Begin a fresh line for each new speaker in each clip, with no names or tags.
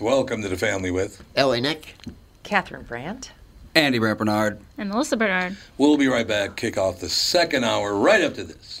Welcome to the family with
Ellie Nick.
Catherine Brandt.
Andy Brandt Bernard.
And Melissa Bernard.
We'll be right back. Kick off the second hour right after this.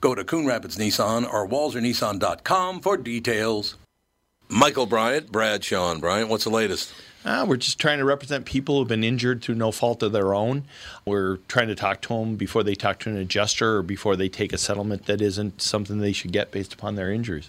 Go to Coon Rapids Nissan or WalzerNissan.com for details. Michael Bryant, Brad Sean Bryant, what's the latest?
Uh, we're just trying to represent people who've been injured through no fault of their own. We're trying to talk to them before they talk to an adjuster or before they take a settlement that isn't something they should get based upon their injuries.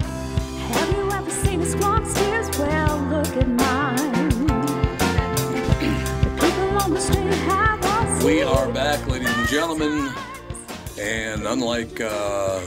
Have you ever seen a squawk steers? Well, look at mine.
We are back, ladies and gentlemen. And unlike uh,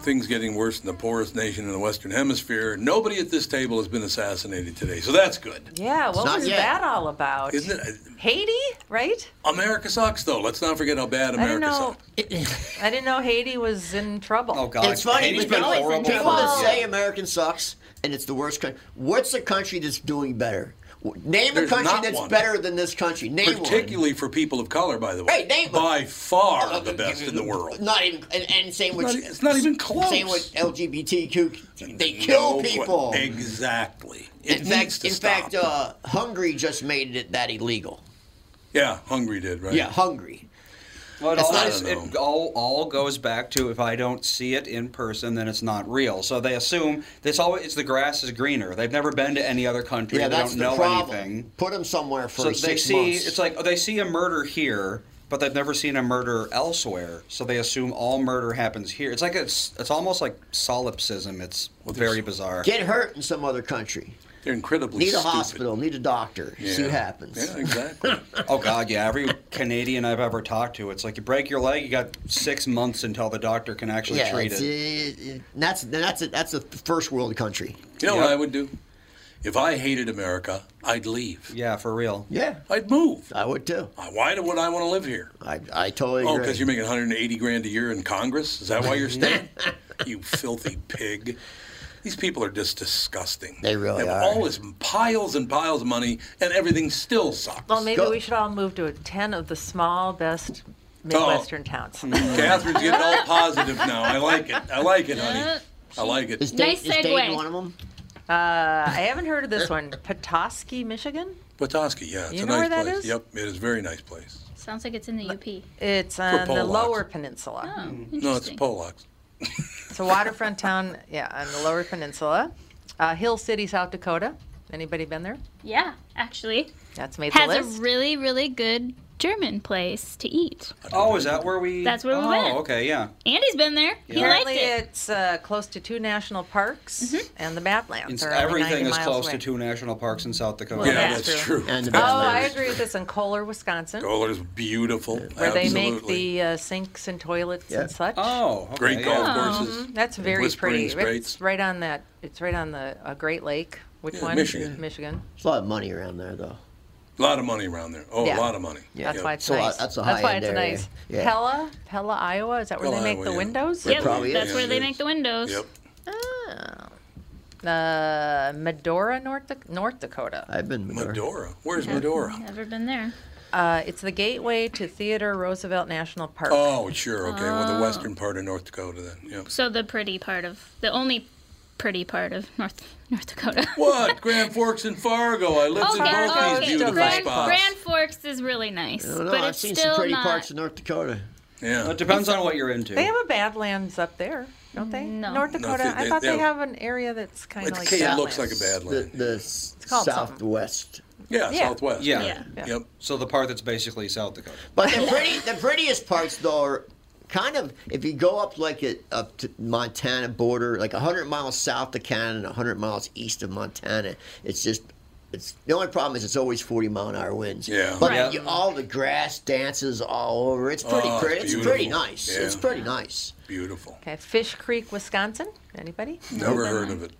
things getting worse in the poorest nation in the Western Hemisphere, nobody at this table has been assassinated today. So that's good.
Yeah, what was yet. that all about?
Isn't it?
Haiti, right?
America sucks, though. Let's not forget how bad America
I
didn't know,
sucks. I didn't know Haiti was in trouble.
Oh, God. It's funny Haiti's because people that say American sucks and it's the worst country. What's the country that's doing better? W- Name
There's
a country
not
that's
one.
better than this country. Name one.
Particularly for people of color, by the way.
Hey, name one.
By far
Oh,
the best in the world.
Not even, and, and same with
Not- e-, it's not even close.
Same with LGBTQ. They
No
kill
que-
people.
Exactly. It needs
in fact,
to
in
stop.
fact, uh, Hungary just made it that illegal.
yeah, Hungary did, right?
Yeah, Hungary.
Well, it
It's
all,
not-
is-
I don't
it
know.
all, all goes back to if I don't see it in person, then it's not real. So they assume this always it's the grass is greener. They've never been to any other country.
Yeah,
they
that's
don't know
the problem.
anything.
Put them somewhere for
So
six
they see
months.
it's like oh, they see a murder here, but they've never seen a murder elsewhere. So they assume all murder happens here. It's like it's it's almost like solipsism. It's very bizarre.
get hurt in some other country.
They're incredibly
Need a
stupid.
hospital. Need a doctor. See what
Yeah.
happens.
Yeah, exactly.
Oh God, yeah. Every Canadian I've ever talked to, it's like you break your leg, you got six months until the doctor can actually
Yeah,
treat
it's-
it.
uh, that's that's a, that's a first world country.
you know what
Yep.
I would do? If I hated America, I'd leave.
Yeah, for real.
Yeah,
I'd move. Uh,
I would too.
Why do- would I want to live here?
I, I totally
Oh,
agree.
because you're making 180 grand a year in Congress? Is that why you're staying? you filthy pig. These people are just disgusting.
They really
have
are.
all this piles and piles of money, and everything still sucks.
Well, maybe
Go-
we should all move to 10 of the small, best Midwestern towns. Uh,
Catherine's getting all positive now. I like it. I like it, honey. I like
is
it.
Dave,
Nice
is Dave
segue.
one of them?
I haven't heard of this one. Petoskey, Michigan?
Petoskey, yeah, it's
You
a
know
nice
where that
place.
is?
Yep, it is a very nice place.
Sounds like it's in the UP.
It's on the
Polacks.
lower peninsula.
Oh,
No, it's
interesting.
Polacks.
It's a waterfront town, yeah, on the lower peninsula. Uh, Hill City, South Dakota. Anybody been there?
yeah, actually,
That's made the
has
list.
a really really good German place to eat.
Oh, is that where we?
That's where we
oh,
went.
okay, yeah.
Andy's been there. He liked
Apparently,
it. Mm-hmm.
it's uh, close to two national parks and the Badlands.
It's-
are only 90
everything is
miles
close
away.
to two national parks in South Dakota.
Well,
Yeah,
that's
that's, true.
And the
Oh,
best
I
neighbors.
agree with this. In Kohler, Wisconsin,
Kohler's beautiful.
where
Absolutely.
they make the uh, sinks and toilets and such.
Oh, okay,
great golf
yeah.
courses.
That's very
Whispering
pretty.
Straits.
It's right on that. It's right on the uh, Great Lake. Which
Yeah,
one?
Michigan.
Michigan.
There's a lot of money around there, though.
A lot of money around there. Oh,
Yeah.
a lot of money.
That's
Yep.
why it's
So, uh,
nice.
that's a
why
high-end
it's
area.
nice.
Yeah.
Pella, Pella, Iowa. Is that where
Pella,
they make
Iowa,
the
yeah.
windows?
Yep,
probably
that's
is.
where they make the windows.
Yep.
Uh, Medora, North Dak- North Dakota.
I've been to Medora.
Medora. Where's Medora?
Never been there.
Uh, it's the gateway to Theodore Roosevelt National Park.
Oh, sure. Okay. Well, the western part of North Dakota then. Yep.
So the pretty part of the only pretty part of North North Dakota.
What? Grand Forks and Fargo. I lived in
Okay,
both
okay.
these beautiful
Grand,
spots.
Grand Forks is really nice,
I don't know.
but
I've
it's
seen
still
some pretty
not.
parts of North Dakota.
yeah.
It depends on what you're into.
They have a Badlands up there, don't they?
No.
North Dakota.
they-
I thought
they
they,
have-
have an area that's kind of
It's,
like
it looks
Badlands.
like a bad
The,
land.
the
called something.
southwest.
Yeah,
Yeah.
Southwest.
yeah.
Yeah.
Yep.
So the part that's basically South Dakota.
But the pretty, the prettiest parts though are kind of if you go up like it up to Montana border, like hundred miles south of Canada and hundred miles east of Montana, it's just. It's the only problem is it's always forty mile an hour winds.
Yeah.
but
Right.
you, all the grass dances all over. It's pretty
Oh, it's
pretty. It's, pretty
beautiful.
nice.
Yeah.
It's pretty nice.
Beautiful.
Okay, Fish Creek, Wisconsin. Anybody?
Never heard of it.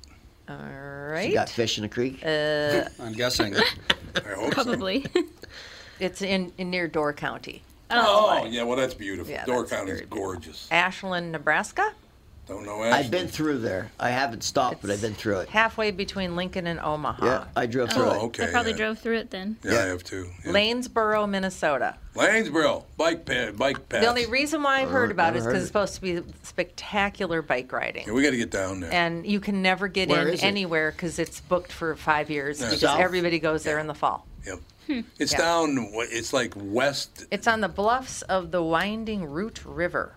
All
You got
right.
fish in the creek.
I'm guessing.
I hope so.
Probably.
It's in, in near Door County,
Oh, yeah. Well, that's beautiful.
Yeah,
Door
that's
County's
very
gorgeous.
Ashland, Nebraska,
Don't know
I've
Ashland.
been through there. I haven't stopped, but I've been through it.
halfway between Lincoln and Omaha.
Yeah, I drove through
Oh,
it.
okay.
I probably
yeah.
drove through it then.
Yeah, I
Yeah.
have too. Yeah.
Lanesboro, Minnesota.
Lanesboro bike path. Bike path.
The only reason why I've heard about it is
never
because it's
heard
supposed to be spectacular bike riding.
yeah, we got to get down there.
and you can never get
Where
in
is it?
anywhere because it's booked for five years because
South?
everybody goes there in the fall.
Yep.
Hmm.
It's down down. w- It's like west.
It's on the bluffs of the winding Root River.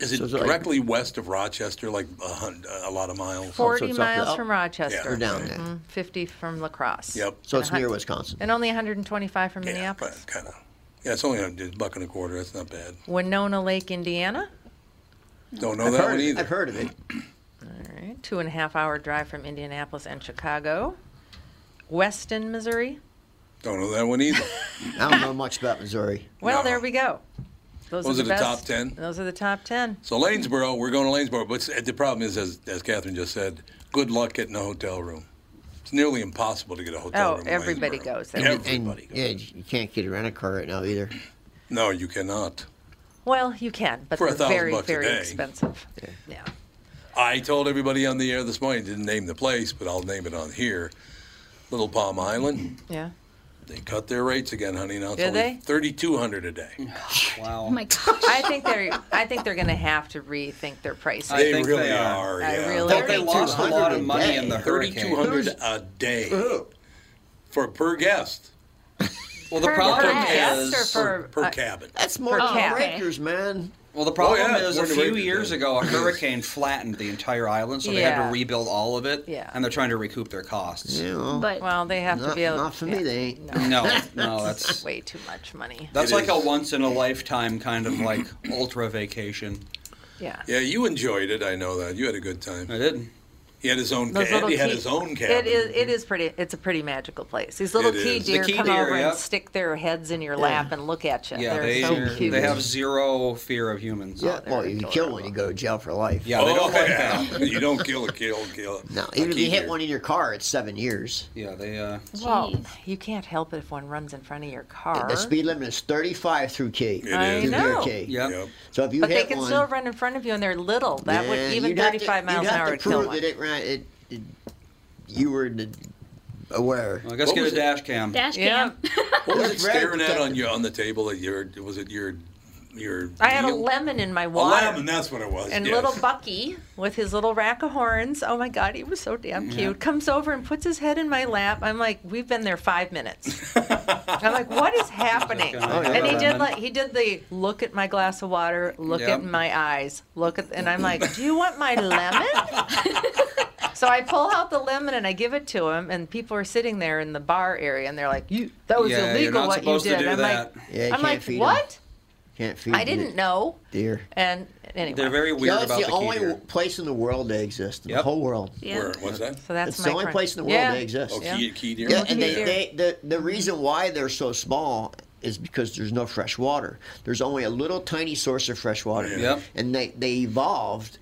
Is it
So it's like-
directly west of Rochester? Like a, hun- a lot of miles.
so
40
it's up
miles
there.
from
Yeah.
Rochester,
We're down there.
Mm-hmm.
50 from La Crosse.
Yep.
So it's
And a
near
hun-
Wisconsin.
And only 125 from
Yeah,
Minneapolis. Hmm.
kind of. Yeah, it's only a d- buck and a quarter. That's not bad.
Winona Lake, Indiana.
Don't know
I've
that
heard
one
of it.
either.
I've heard of it.
All right. Two and a half hour drive from Indianapolis and Chicago. Weston, Missouri.
Don't know that one either.
I don't know much about Missouri.
Well,
No.
there we go. Those,
Those
are,
are
the
the top
best-
10?
Those are the top 10.
so Lanesboro, we're going to Lanesboro, but s- the problem is, as as Catherine just said, good luck getting a hotel room. It's nearly impossible to get a hotel
Oh,
room. in
everybody
Lanesboro.
goes there.
And-
Everybody. goes.
yeah, you can't get a rental car right now either.
No, you cannot.
Well, you can, but
For a
they're
thousand
very,
bucks a
very
day.
expensive. Yeah.
I told everybody on the air this morning, didn't name the place, but I'll name it on here. Little Palm Island.
Yeah.
They cut their rates again, honey. Now it's
Did
only
they?
thirty-two hundred a day.
Wow.
Oh my gosh.
I think they're. I think they're going to have to rethink their pricing.
I
They
think
really
they
are.
are.
I
yeah.
really-
But they lost a lot of money in the
Thirty-two
hurricane.
hundred a day
Ugh.
for per guest,
Well, the
Per
problem
guest
is
or
per,
For- uh,
per
I-
cabin.
That's more
Per
than
cap.
breakers, man.
Well, the problem
Oh, yeah,
is a
we're in the
few
Rangers
years
game.
ago, a hurricane flattened the entire island, so they had
Yeah.
to rebuild all of it.
Yeah.
And they're trying to recoup their costs.
You know,
But
Well, they have to
not,
be able.
not for me. They ain't.
No, no, that's
Way too much money.
that's
It
like
is.
a once in a lifetime kind of like ultra vacation.
Yeah.
Yeah, you enjoyed it. I know that you had a good time.
I did.
He had his own.
Those
Ca-
little
he had
key-
his own cabin.
It is. It is pretty. It's a pretty magical place. These little
It
key
is. The
deer
key
come
deer,
over
yep.
and stick their heads in your lap and look at you.
Yeah,
they're
they
so cute.
they have zero fear of humans.
Yeah, well, you can kill one, you go to jail for life.
Yeah, they
Oh,
don't like
yeah.
that.
you don't kill a kill, kill it.
No, even if you hit one in your car, it's seven years.
Yeah, they uh,
Well,
Jeez.
Oh, you can't help it if one runs in front of your car.
The speed limit is 35 through Key.
It I is.
Through Deer
know.
Key.
Yeah.
Yep.
So if you
but
hit
they can
one,
still run in front of you, and they're little. That
yeah,
would even
you'd have to-
35 miles
you'd
an
have
hour
to
would kill
prove
one.
That it ran, it, it, you were the, aware.
I guess
What
get
was
a
it?
dash cam.
dash
Yeah.
cam.
What was it
It's red
staring at on
protected.
your on the table? At your was it your your?
I had a
deal?
lemon in my
A
water.
lemon. That's what it was.
And
yes.
little Bucky with his little rack of horns. Oh my God, he was so damn cute. Comes over and puts his head in my lap. I'm like, we've been there five minutes. I'm like, what is happening?
Oh, yeah.
and he did like he did the look at my glass of water, look
Yep.
at my eyes, look at, and I'm like, do you want my lemon? so I pull out the lemon and I give it to him, and people are sitting there in the bar area, and they're like, you that was
Yeah, you're
illegal
not
what you
supposed to
did.
do
I'm
that.
like,
Yeah, you
I'm
can't
like,
feed 'em.
what?
Can't feed
I didn't know.
Deer.
And anyway,
They're very
You
weird
know, it's
about
the,
the, key
only
deer.
place in the world they exist. In The
Yep.
whole world.
Yeah.
Where, what's that?
so that's
it's
my
the only
crunch.
place in the world
yeah.
they exist.
Oh,
Yeah.
key, key deer.
Yeah, and they,
Yeah.
they, the, the reason why they're so small is because there's no fresh water. There's only a little tiny source of fresh water.
Yeah. Yep.
And they, they evolved,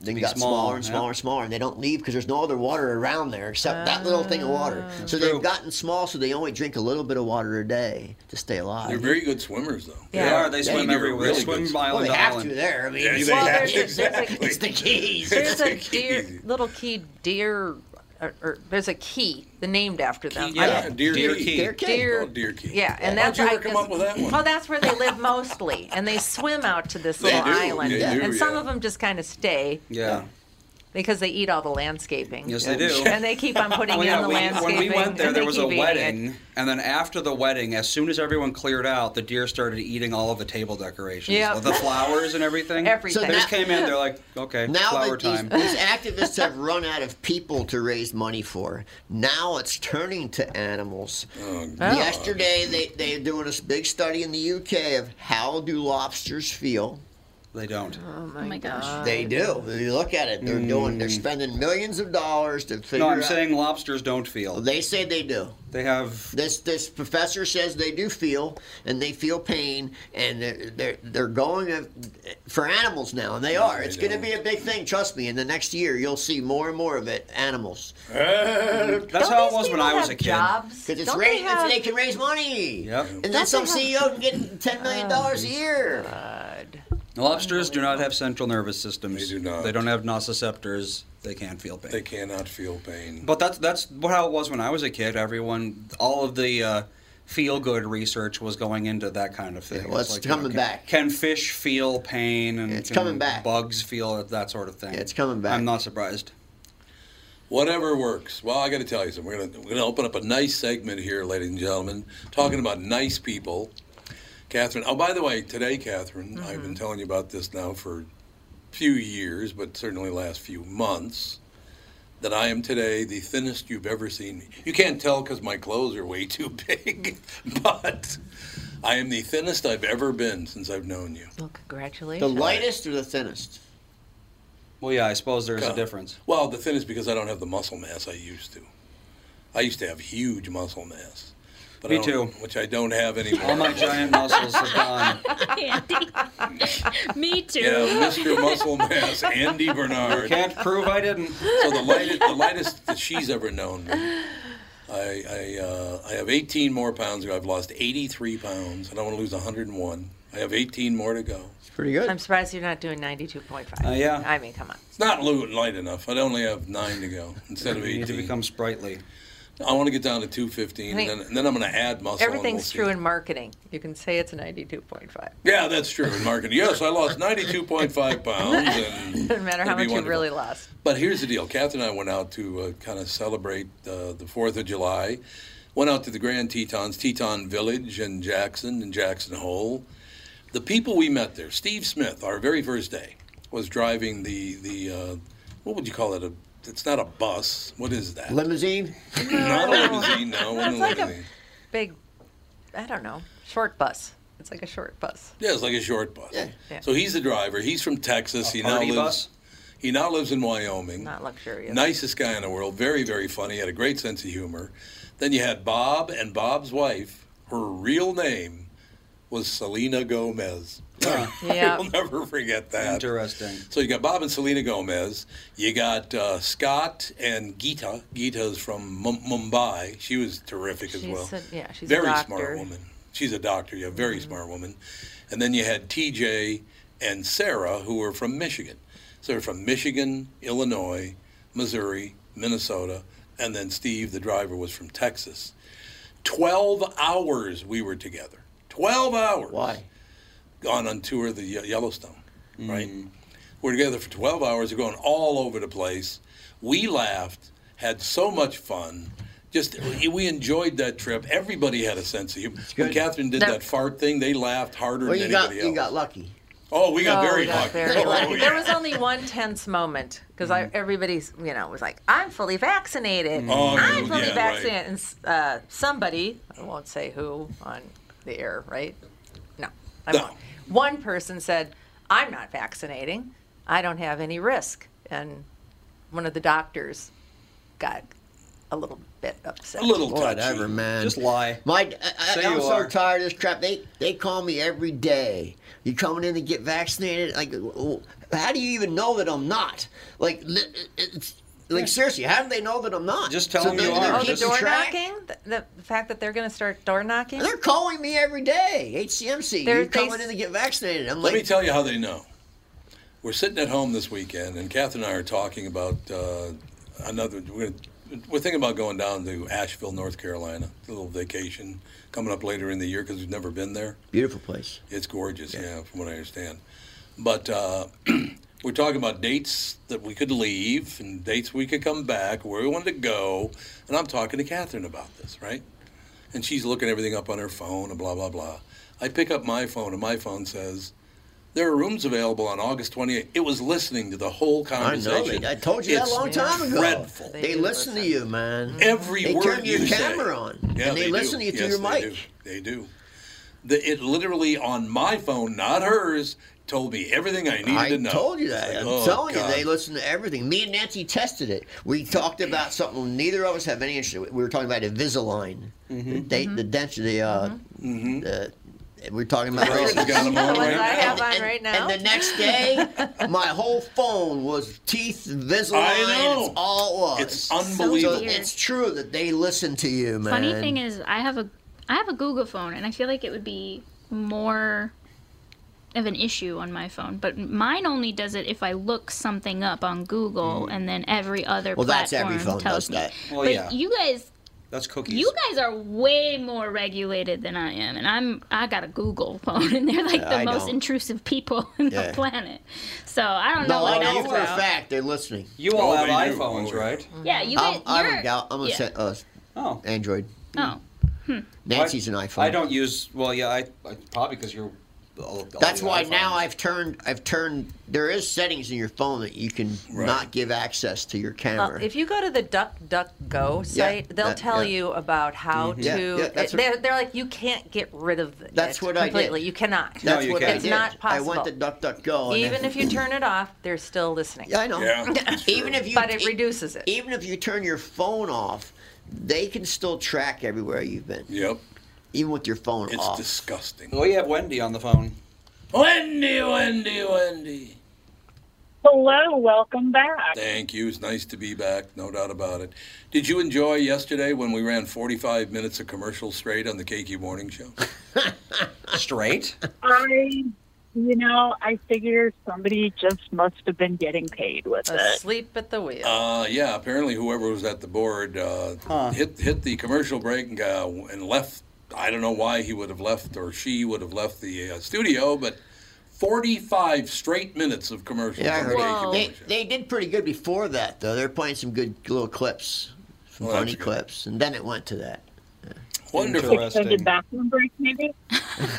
then
Be
got
small,
smaller and
yeah.
smaller and smaller, and they don't leave because there's no other water around there except that little thing of water.
Ah.
So
True.
they've gotten small, so they only drink a little bit of water a day to stay
They're
alive.
very good swimmers, though.
Yeah.
They are. They
Yeah,
swim
they're
everywhere.
really
they swim
good.
by island
well, they
to
have
island.
to there. I mean,
Yeah,
it's,
they
Well,
have
there's,
to.
there's, there's a,
it's the keys.
there's a
Key.
deer, little key deer, or, or there's a key the named after them.
Key,
I-
Yeah, deer,
Deer
key.
key.
Deer key.
Deer,
Oh, deer key.
Yeah, and
How'd
that's
you
I
ever come
guess-
up with that one?
Oh, that's where they live mostly, and they swim out to this
They
little
do,
island,
they do,
and some
yeah.
of them just kind of stay
Yeah.
because they eat all the landscaping.
Yes, they do.
And they keep on putting
Well,
in
yeah,
the
we, when
landscaping.
we went there,
and they
there was
keep
a
eating it.
wedding, and then after the wedding, as soon as everyone cleared out, the deer started eating all of the table decorations,
Yep.
the flowers and everything.
Everything.
They just came in. They're like, okay,
Now
flower
that these,
time.
these activists have run out of people to raise money for, now it's turning to animals.
Oh.
Oh,
Yesterday, they, they're doing this big study in the UK of how do lobsters feel.
They don't.
Oh my gosh.
They do. You look at it. They're doing. They're spending millions of dollars to figure
Mm. No, I'm
out.
saying lobsters don't feel.
they say they do.
They have.
This this professor says they do feel and they feel pain and they're they're, they're going uh, for animals now and they are. It's going to be a big thing. Trust me. In the next year, you'll see more and more of it. Animals.
That's
Don't
how it
these
was when
people
I was
have
a kid.
Jobs?
Because it's
Don't
ra-
they
they,
have-
they can raise money.
Yep.
And then some CEO can get ten million dollars a year.
Uh,
Lobsters do not have central nervous systems.
They do not.
They don't have nociceptors. They can't feel pain.
They cannot feel pain.
But that's that's what- how it was when I was a kid. Everyone, all of the uh, feel good research was going into that kind of thing.
well, it's
you know,
coming
can-
back.
Can fish feel pain? And
It's
can
coming back.
Bugs feel it, that sort of thing.
Yeah, it's coming back.
I'm not surprised.
Whatever works. Well, I got to tell you something. We're going to we're gonna open up a nice segment here, ladies and gentlemen, talking about nice people. Catherine, oh, by the way, today, Catherine, I've been telling you about this now for a few years, but certainly last few months, that I am today the thinnest you've ever seen me. You can't tell because my clothes are way too big, but I am the thinnest I've ever been since I've known you.
Well,
The
congratulations.
lightest or the thinnest?
Well, yeah, I suppose there's
God.
a difference.
Well, the thing is because I don't have the muscle mass I used to. I used to have huge muscle mass. But I
Me
don't-
too.
Which I don't have anymore.
All my giant muscles have gone.
Andy. Me too.
yeah, Mr. Muscle Mass, Andy Bernard.
Can't prove I didn't.
So the lightest, the lightest that she's ever known. Me. I I, uh, I have 18 more pounds to go. I've lost 83 pounds, and I want to lose 101. I have 18 more to go.
It's pretty good.
I'm surprised you're not doing 92.5.
Uh, yeah.
I mean, come on.
It's not lo- light enough. I only have nine to go instead of
You need to
18.
become sprightly.
I want to get down to 215, and
I
then,
think-
and then I'm going to add muscle. and
Everything's true
we'll see.
in marketing. You can say it's 92.5.
Yeah, that's true in marketing. Yes, I lost 92.5 pounds. And
Doesn't matter
it'll
how
be
much you
wonderful.
really lost.
But here's the deal. Kath and I went out to uh, kind of celebrate uh, the 4th of July. Went out to the Grand Tetons, Teton Village and Jackson and Jackson Hole. The people we met there, Steve Smith, our very first day, was driving the, the uh, what would you call it? A, it's not a bus. What is that?
Limousine?
not a limousine, no. it wasn't
It's
a
like a
limousine.
big, I don't know, short bus. It's like a short bus.
Yeah, it's like a short bus.
Yeah.
So he's the driver. He's from Texas. he now
party
lives.
bus?
He now lives in Wyoming.
Not luxurious.
Nicest guy in the world. Very, very funny. Had a great sense of humor. Then you had Bob and Bob's wife. Her real name was Selena Gomez.
Yeah.
I'll never forget that.
Interesting.
So you got Bob and Selena Gomez. You got uh, Scott and Geeta. Geeta's from M- Mumbai. She was terrific as
She's
well.
a- yeah, she's a
very
doctor. Mm-hmm.
smart woman. She's a doctor. Yeah, very smart woman. And then you had T.J. and Sarah, who were from Michigan. So they're from Michigan, Illinois, Missouri, Minnesota, and then Steve, the driver, was from Texas. Twelve hours we were together. Twelve hours
Why?
gone on tour of the Ye- Yellowstone,
Mm.
right? We're together for 12 hours. We're going all over the place. We laughed, had so much fun. Just we enjoyed that trip. Everybody had a sense of humor. When Catherine did
That-
that fart thing, they laughed harder
Well,
than
you got
anybody
you
else.
got lucky.
oh, we got
Oh,
very
we got
lucky.
very
Oh,
lucky.
yeah. Mm-hmm.
There was only one tense moment because everybody's, you know, was like, "I'm fully vaccinated.
Oh,
I'm fully
yeah, right.
vaccinated." And s- uh, somebody, I won't say who on the air, right? No, I
No.
won't. One person said, "I'm not vaccinating. I don't have any risk," and one of the doctors got a little bit upset.
a little touchy.
Whatever, man.
Just lie.
My, I,
Say
I, I'm
you
so
are.
tired of this crap. They they call me every day. You coming in to get vaccinated? Like, w- w- how do you even know that I'm not? Like, li- it's, like seriously, how do they know that I'm not?
Just tell them
they-
you
they're
are.
Oh, the
Just
keeping
door
track?
knocking? The, the, the fact that they're going to start door knocking?
They're calling me every day. HCMC,
They're-
you coming
they-
in to get vaccinated? I'm
Let
like,
me tell you how they know. We're sitting at home this weekend, and Kath and I are talking about uh, another. We're, gonna, we're thinking about going down to Asheville, North Carolina, a little vacation coming up later in the year because we've never been there.
beautiful place.
It's gorgeous, yeah, from what I understand. But uh, we're talking about dates that we could leave and dates we could come back, where we wanted to go. And I'm talking to Catherine about this, right? And she's looking everything up on her phone and blah, blah, blah. I pick up my phone, and my phone says, there are rooms available on August 28th. It was listening to the whole
I know.
conversation.
They, I told you that
It's
a long time ago.
dreadful.
They,
They do
listen to
listen.
you, man.
Every
they
word
turn your
you say.
camera on,
Yeah,
and they,
do.
listen to you through
Yes,
your
they
mic.
do. They do. The, it literally on my phone, not hers, told me everything I needed
I
to know.
told you
It's
that.
like,
I'm
oh,
telling
God.
you, they listen to everything. Me and Nancy tested it. We talked about something neither of us have any interest. We were talking about Invisalign,
Mm-hmm.
the, date, the denture, the. Uh, uh, we are talking about
Russ has got 'em
The
on
ones
right
I
now.
have on
And-
right now.
And the next day, my whole phone was teeth Invisalign.
I know.
It's all it was.
It's
so
unbelievable.
weird.
it's true that they listen to you, man.
Funny thing is, I have a I have a Google phone, and I feel like it would be more of an issue on my phone. But mine only does it if I look something up on Google, and then every other
Mm. Well, that's
platform
every phone
tells
does
me.
that.
Well,
but
yeah.
you guys,
That's cookies.
you guys are way more regulated than I am, and I'm I got a Google phone, and they're like
Yeah,
the
I
most
don't.
intrusive people on
Yeah.
the planet. So I don't know
No, I
what
know
that's
for a
about.
fact they're listening.
You all
Oh,
have
they do.
iPhones,
Oh, yeah.
right?
Yeah, you
I'm,
guys.
I'm
you're-
a gal. I'm a
yeah.
se- uh,
Oh.
Android.
Oh,
Nancy's an iPhone.
I don't use. Well, yeah, I, I probably because you're. all- all
That's
the
why now
iPhones.
I've turned. I've turned. There is settings in your phone that you can not give access to your
Well,
camera.
Uh, if you go to the DuckDuckGo site, they'll
that-
tell
yeah. Mm-hmm.
you about how to.
Yeah, yeah, that's what-
they're, they're like, you can't get rid of it
That's what I did.
completely. You cannot.
That's
No, you
what
can't.
I
It's
did.
not
I went to
possible.
DuckDuckGo. and
Even
then-
if you turn it off, they're still listening.
Yeah, I know.
Yeah, it's
even
true.
if you,
But it
e-
reduces it.
Even if you turn your phone off, they can still track everywhere you've been,
Yep.
even with your phone
It's
off.
disgusting.
Well, you have Oh, Wendy on the phone.
Wendy, Wendy, Wendy.
Hello, welcome back.
Thank you. It's nice to be back, no doubt about it. Did you enjoy yesterday when we ran 45 minutes of commercial straight on the KQ Morning Show?
Straight.
I You know, I figure somebody just must have been getting paid with it.
Asleep at the wheel.
Uh, yeah, apparently whoever was at the board uh, hit hit the commercial break and, uh, and left. I don't know why he would have left or she would have left the uh, studio, but 45 straight minutes of commercial.
Yeah, I
break.
heard they, they did pretty good before that, though. They're playing some good little clips, some
Well, that's
funny
good.
clips, and then it went to that.
Wonderful. Uh,
Extended bathroom break, maybe?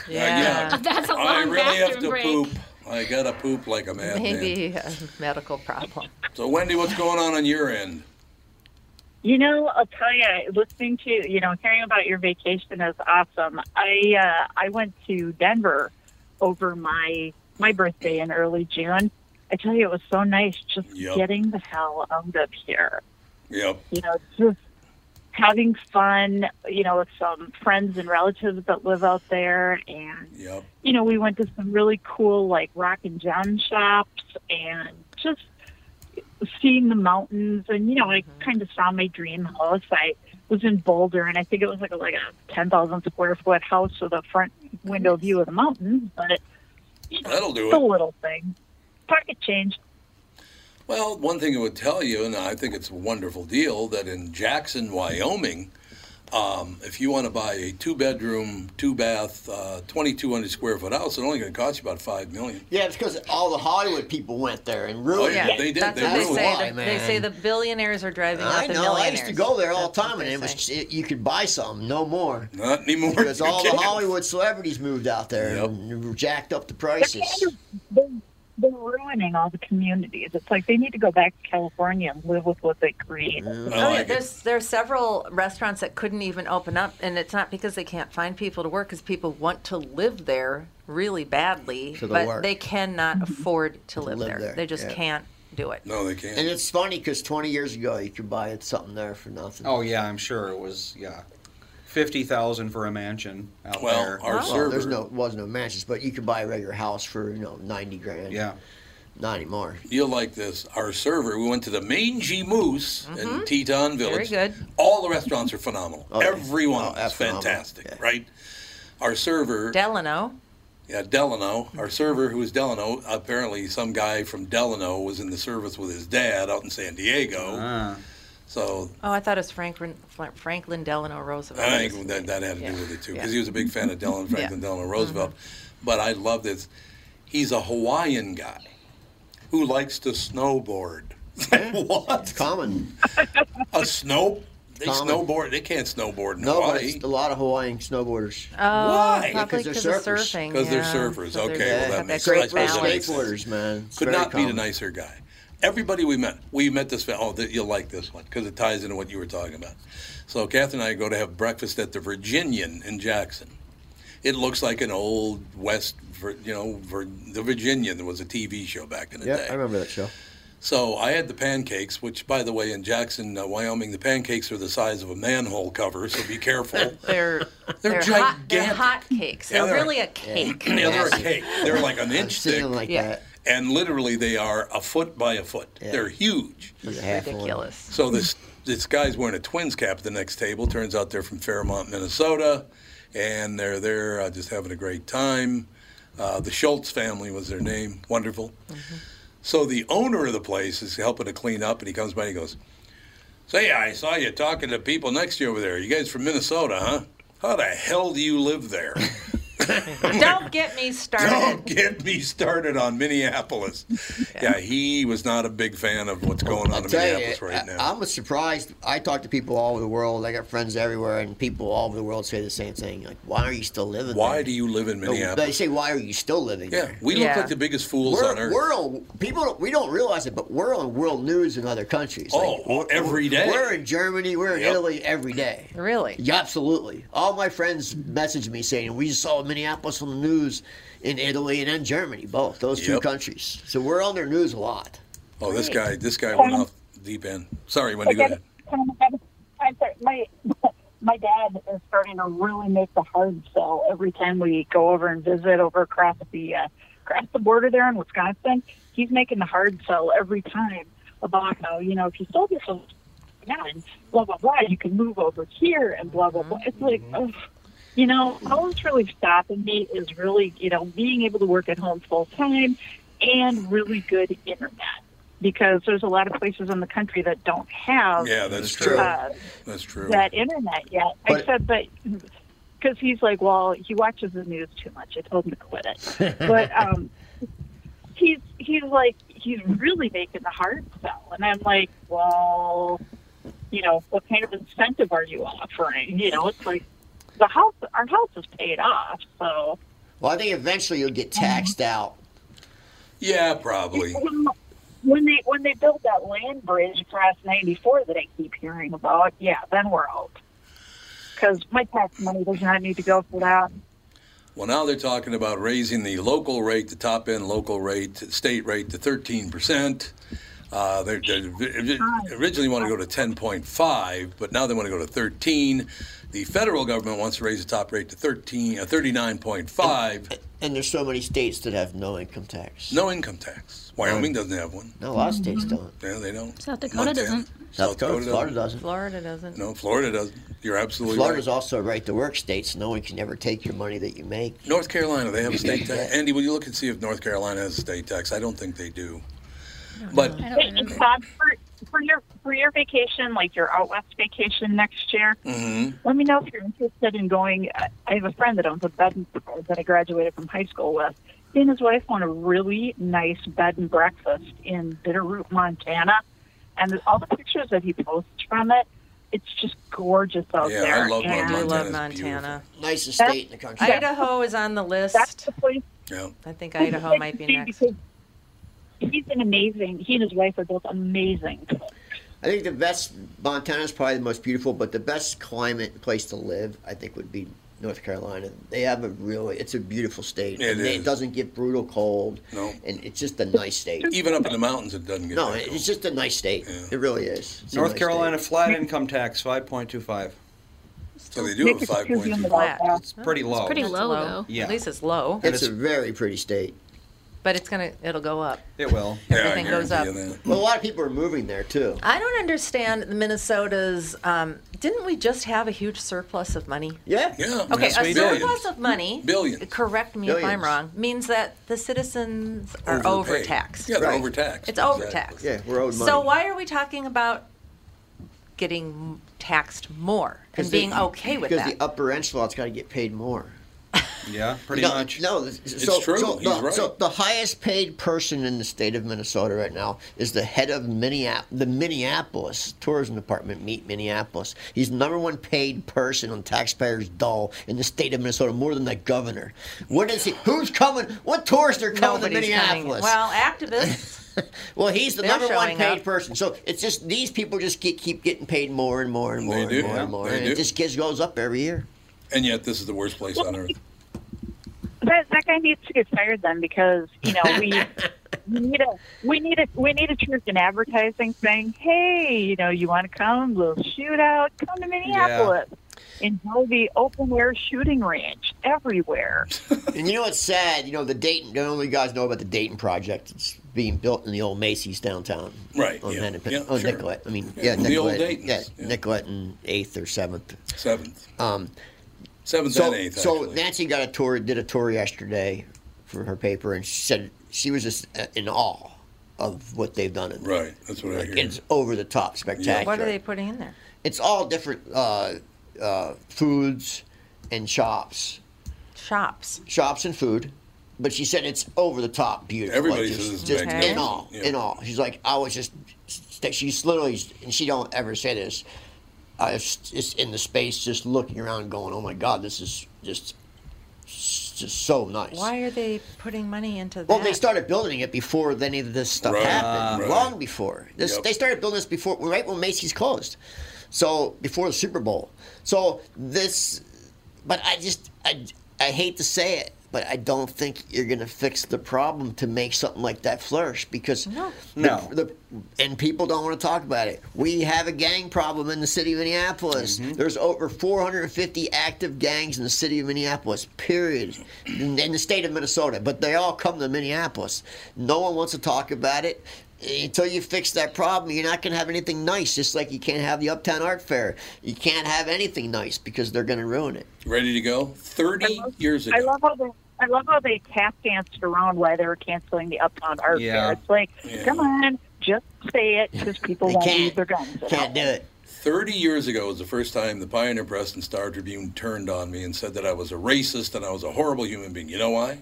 Yeah.
That's a long
I really have
bathroom
to
break.
poop. I gotta poop like a madman.
Maybe a medical problem.
So Wendy, what's going on on your end?
You know, I'll tell you, listening to you know, hearing about your vacation is awesome. I uh, I went to Denver over my my birthday in early June. I tell you, it was so nice just
Yep.
getting the hell out of here.
Yep.
You know, just having fun. You know, with some friends and relatives that live out there, and
Yep.
you know, we went to some really cool like rock and gem shops and just seeing the mountains and you know, I kind of saw my dream house. I was in Boulder and I think it was like a, like a ten thousand square foot house with a front window view of the mountains, but you know,
That'll do
it's a
it.
little thing. Pocket change.
Well, one thing it would tell you, and I think it's a wonderful deal, that in Jackson, Wyoming, um, if you want to buy a two-bedroom, two-bath, uh, 2,200 square foot house, it's only going to cost you about five million.
Yeah, it's because all the Hollywood people went there and ruined
Oh, yeah,
it.
they did.
That's
They
what they
ruined
say. the,
it.
they say the billionaires are driving
I
out the
know. I
millionaires.
used to go there all the time, and it was it, you could buy something, no more.
Not anymore.
Because
You
all the
can't.
Hollywood celebrities moved out there and jacked up the prices.
They're, they're ruining all the communities. It's like they need to go back to California and live with what they create.
Oh, yeah, there's there are several restaurants that couldn't even open up, and it's not because they can't find people to work, because people want to live there really badly,
So they'll
but
work.
they cannot afford to live,
live
there.
there,
They just
yeah.
can't do it.
No, they can't.
And it's funny because 20 years ago, you could buy something there for nothing.
Oh yeah, I'm sure it was yeah, fifty thousand for a mansion out
Well,
there.
our
Well,
server,
there's no was no matches, but you could buy a regular house for you know 90 grand.
yeah,
not anymore.
you'll like this. Our server, we went to the Mangy Moose in Teton Village.
Mm-hmm. Very good.
All the restaurants are phenomenal.
Oh, yeah.
Everyone
Oh,
is
that's phenomenal.
fantastic, right? Our server,
Delano,
yeah, Delano, our server who was Delano, apparently some guy from Delano was in the service with his dad out in San Diego. So
oh, I thought it was Franklin Fla- Franklin Delano Roosevelt.
I think that, that had to
Oh, Yeah.
do with it too, because
Yeah.
he was a big fan of Delano Franklin
Yeah. Mm-hmm.
Delano Roosevelt. But I love this. He's a Hawaiian guy who likes to snowboard. what?
Mm-hmm.
It's common.
A snow? They
Common.
snowboard. They can't snowboard in
No, but
Hawaii.
it's a lot of Hawaiian snowboarders.
Oh,
Why?
Probably
Because
because
they're
of
surfers.
surfing.
Because they're
yeah.
surfers.
So they're
Okay, well,
just
that
got
makes-
great
I suppose that
balance.
makes
skateboarders, man. It's
Could
very
not meet a
common.
nicer guy. Everybody we met, we met this. fa- Oh, th- you'll like this one because it ties into what you were talking about. So, Kath and I go to have breakfast at the Virginian in Jackson. It looks like an old West, Vir- you know, Vir- the Virginian. There was a TV show back in the
Yeah,
day.
I remember that show.
So I had the pancakes, which, by the way, in Jackson, uh, Wyoming, the pancakes are the size of a manhole cover. So be careful.
They're hot, they're
They're gigantic.
hot cakes.
Yeah,
They're
they're-
really a cake.
yeah, they're a cake. They're like an
I've
inch
seen
thick,
them like
Yeah.
that.
and literally they are a foot by a foot. They're huge.
It's
Ridiculous.
So this this guy's wearing a Twins cap at the next table. Turns out they're from Fairmont, Minnesota, and they're there uh, just having a great time. Uh, the Schultz family was their name. Wonderful. So the owner of the place is helping to clean up, and he comes by and he goes, "Say, I saw you talking to people next to you over there. You guys from Minnesota, huh? How the hell do you live there?"
Don't get me started.
Don't get me started on Minneapolis. yeah, he was not a big fan of what's going on
I'll
in
tell you,
Minneapolis right
I-
now.
I'm surprised. I talk to people all over the world. I got friends everywhere, and people all over the world say the same thing. Like, why are you still living
Why
there?
do you live in
No, Oh, They
Minneapolis?
say, why are you still living
Yeah,
there?
we look
Yeah.
like the biggest fools on
We're,
earth.
we're on people. don't- We don't realize it, but we're on world news in other countries.
Oh, well, every day.
We're in Germany. We're in
Yep.
Italy every day.
Really?
Yeah, absolutely. All my friends messaged me saying we saw Minneapolis on the news in Italy and in Germany, both those two
Yep.
countries. So we're on their news a lot.
oh, this guy, this guy went off deep end. Sorry, Wendy, go ahead.
I'm sorry, my my dad is starting to really make the hard sell every time we go over and visit over across the uh, across the border there in Wisconsin. He's making the hard sell every time about how you know if you sold yourself now and blah blah blah, you can move over here and blah blah blah. It's like, ugh, You know, all that's really stopping me is really, you know, being able to work at home full time and really good internet because there's a lot of places in the country that don't have
Yeah, that's true.
uh,
That's true.
that internet yet.
But-
Except that because he's like, well, he watches the news too much. I told him to quit it. but um, he's he's like he's really making the hard sell, and I'm like, well, you know, what kind of incentive are you offering? You know, it's like the house, our house is paid off, so.
Well, I think eventually you'll get
Mm-hmm.
taxed out.
Yeah, probably.
When they when they build that land bridge across ninety four that I keep hearing about, yeah, then we're out. Because my tax money does not need to go for that.
Well, now they're talking about raising the local rate, the top end local rate, state rate to 13%. Uh, they they originally want to go to 10.5, but now they want to go to 13. The federal government wants to raise the top rate to 13, uh, 39.5.
And there's so many states that have no income tax.
No income tax. Wyoming doesn't have one. Mm-hmm.
No, a lot of states don't.
Yeah, they don't.
South Dakota
Montana.
doesn't.
South Dakota, Florida doesn't.
Florida doesn't.
No, Florida doesn't. You're absolutely
Florida's
right.
also a right to work state, so no one can ever take your money that you make.
North Carolina, they have a state tax. Andy, will you look and see if North Carolina has a state tax? I don't think they do. But
Hey, Bob, for, for your for your vacation, like your out west vacation next year,
Mm-hmm.
Mhm.
let me know if you're interested in going. I- I have a friend that owns a bed and breakfast that I graduated from high school with. He and his wife own a really nice bed and breakfast in Bitterroot, Montana, and all the pictures that he posts from it, it's just gorgeous out
Yeah, I
there.
love
and
I love
Montana's
Montana.
Nicest state in the country.
Idaho is on the list.
Yeah.
I think Idaho might be next.
He's an amazing. He and his wife are both amazing.
I think the best Montana's probably the most beautiful, but the best climate place to live, I think, would be North Carolina. They have a really, it's a beautiful state.
It
and they-
is.
it doesn't get brutal cold.
No.
and it's just a nice state.
even up in the mountains, it doesn't get
No,
that cold.
it's just a nice state. It really is. It's a
North
nice
Carolina flat income tax five point two five.
So they do have a five point two.
Flat.
It's pretty low.
pretty
That's
low, though.
Yeah.
At least it's low,
state. It's, a very pretty state.
but it's gonna it'll go up.
It will.
Everything goes up.
Well, a lot of people are moving there too.
I don't understand Minnesota's. Um, didn't we just have a huge surplus of money?
Yeah.
Yeah.
Okay, uh,
yes,
a
we
surplus
did.
of money.
Billions.
Correct me if I'm
Billions.
wrong. Means that the citizens are
Overpaid.
overtaxed.
Yeah, they're
Right.
overtaxed.
It's
Exactly.
overtaxed.
Yeah, we're owed money.
So why are we talking about getting taxed more and being okay with
because
that?
the upper echelon's got to get paid more.
Yeah, pretty
no,
much.
No, th- so,
true.
So,
He's
the,
right.
so the highest paid person in the state of Minnesota right now is the head of Minneap- the Minneapolis Tourism Department, Meet Minneapolis. He's the number one paid person on taxpayers' dole in the state of Minnesota, more than the governor. What is he? Who's coming? What tourists are coming to
Nobody's coming.
Minneapolis?
Well, activists.
Well, he's the
They're
number one
showing
paid
up.
person. So it's just these people just get, keep getting paid more and more and more
They
and
do,
more
yeah,
and more,
they
and
do.
it just gets, goes up every year.
And yet, this is the worst place on earth.
That that guy needs to get fired then because you know we we need a we need a we need a church in advertising saying hey you know you want to come little shootout come to Minneapolis enjoy the open air shooting range everywhere
And you know what's sad? You know the Dayton. The only guys know about the Dayton project. It's being built in the old Macy's downtown.
Right,
On
yeah,
Hennepin.
yeah,
oh,
sure.
Nicollet. I mean,
Yeah,
yeah,
the
Nicollet.
old Daytons,
Yeah,
yeah.
Nicollet and Eighth or Seventh.
Seventh.
Um,
Seventh
so,
and eighth.
so
actually.
Nancy got a tour, did a tour yesterday for her paper, and she said she was just uh, in awe of what they've done. In there.
Right. That's what I
Like,
hear.
it's over the top, spectacular
what are they putting in there?
it's all different uh, uh, foods and shops,
Shops.
shops and food. But she said it's over the top beautiful.
Everybody
like
says
just,
it's
just
magnificent.
in all,
Yeah.
in all. She's like, I was just. She's literally, and she don't ever say this. I was just in the space, just looking around, going, "Oh my God, this is just, just so nice."
Why are they putting money into that?
Well, they started building it before any of this stuff
Right,
happened.
right.
Long before this,
Yep.
they started building this before, right when Macy's closed. So before the Super Bowl. So this, but I just I, I hate to say it, but I don't think you're gonna fix the problem to make something like that flourish because
No.
the-
No.
the, and people don't want to talk about it. We have a gang problem in the city of Minneapolis. There's over 450 active gangs in the city of Minneapolis, period, in, in the state of Minnesota. But they all come to Minneapolis. No one wants to talk about it. until you fix that problem, you're not going to have anything nice. Just like you can't have the Uptown Art Fair, you can't have anything nice because they're going to ruin it.
Ready to go? 30 years ago.
I love how they I love how they tap danced around why they were canceling the Uptown Art
Yeah.
Fair. It's like,
Yeah.
come on, just say it because people won't
can't.
use their guns.
Can't do it.
30 years ago was the first time the Pioneer Press and Star Tribune turned on me and said that I was a racist and I was a horrible human being. You know why?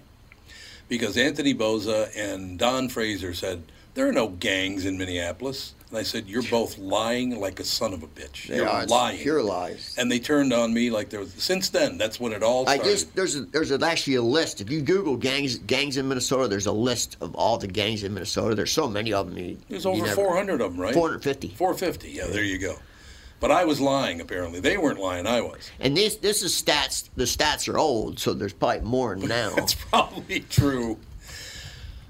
Because Anthony Boza and Don Fraser said, There are no gangs in Minneapolis. And I said, You're both lying like a son of a bitch.
They
You're
are. It's
lying.
pure lies.
And they turned on me like there was. Since then, that's when it all
I
started.
just there's a, there's a, actually a list. If you Google gangs gangs in Minnesota, there's a list of all the gangs in Minnesota. There's so many of them. You,
There's
you
over
never-
400 of them, right?
450.
450, yeah, there you go. But I was lying, apparently. They weren't lying, I was.
And this this is stats. The stats are old, so there's probably more now. That's
probably true.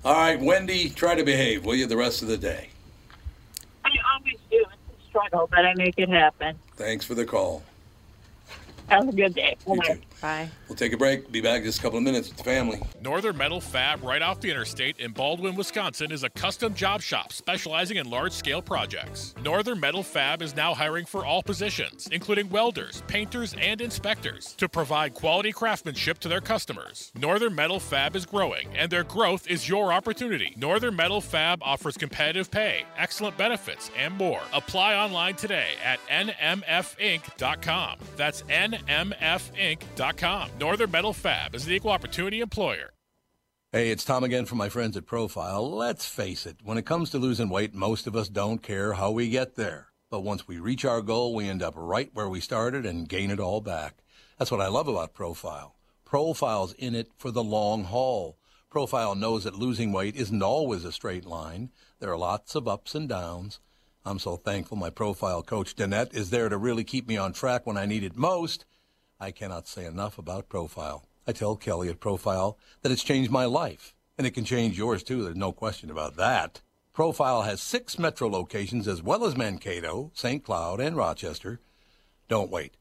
All right, Wendy, try to behave, will you, the rest of the day?
I always do. It's a struggle, but I make it happen.
Thanks for the call.
Have a good day.
Bye.
Bye.
We'll take a break. Be back in just a couple of minutes with the family.
Northern Metal Fab, right off the interstate in Baldwin, Wisconsin, is a custom job shop specializing in large scale projects. Northern Metal Fab is now hiring for all positions, including welders, painters, and inspectors, to provide quality craftsmanship to their customers. Northern Metal Fab is growing, and their growth is your opportunity. Northern Metal Fab offers competitive pay, excellent benefits, and more. Apply online today at nmfinc.com. That's nmfinc.com. Northern Metal Fab is an equal opportunity employer.
Hey, it's Tom again from my friends at Profile. Let's face it, when it comes to losing weight, most of us don't care how we get there. But once we reach our goal, we end up right where we started and gain it all back. That's what I love about Profile. Profile's in it for the long haul. Profile knows that losing weight isn't always a straight line. There are lots of ups and downs. I'm so thankful my profile coach, Danette, is there to really keep me on track when I need it most. I cannot say enough about Profile. I tell Kelly at Profile that it's changed my life, and it can change yours too. There's no question about that. Profile has six metro locations as well as Mankato, St. Cloud, and Rochester. Don't wait.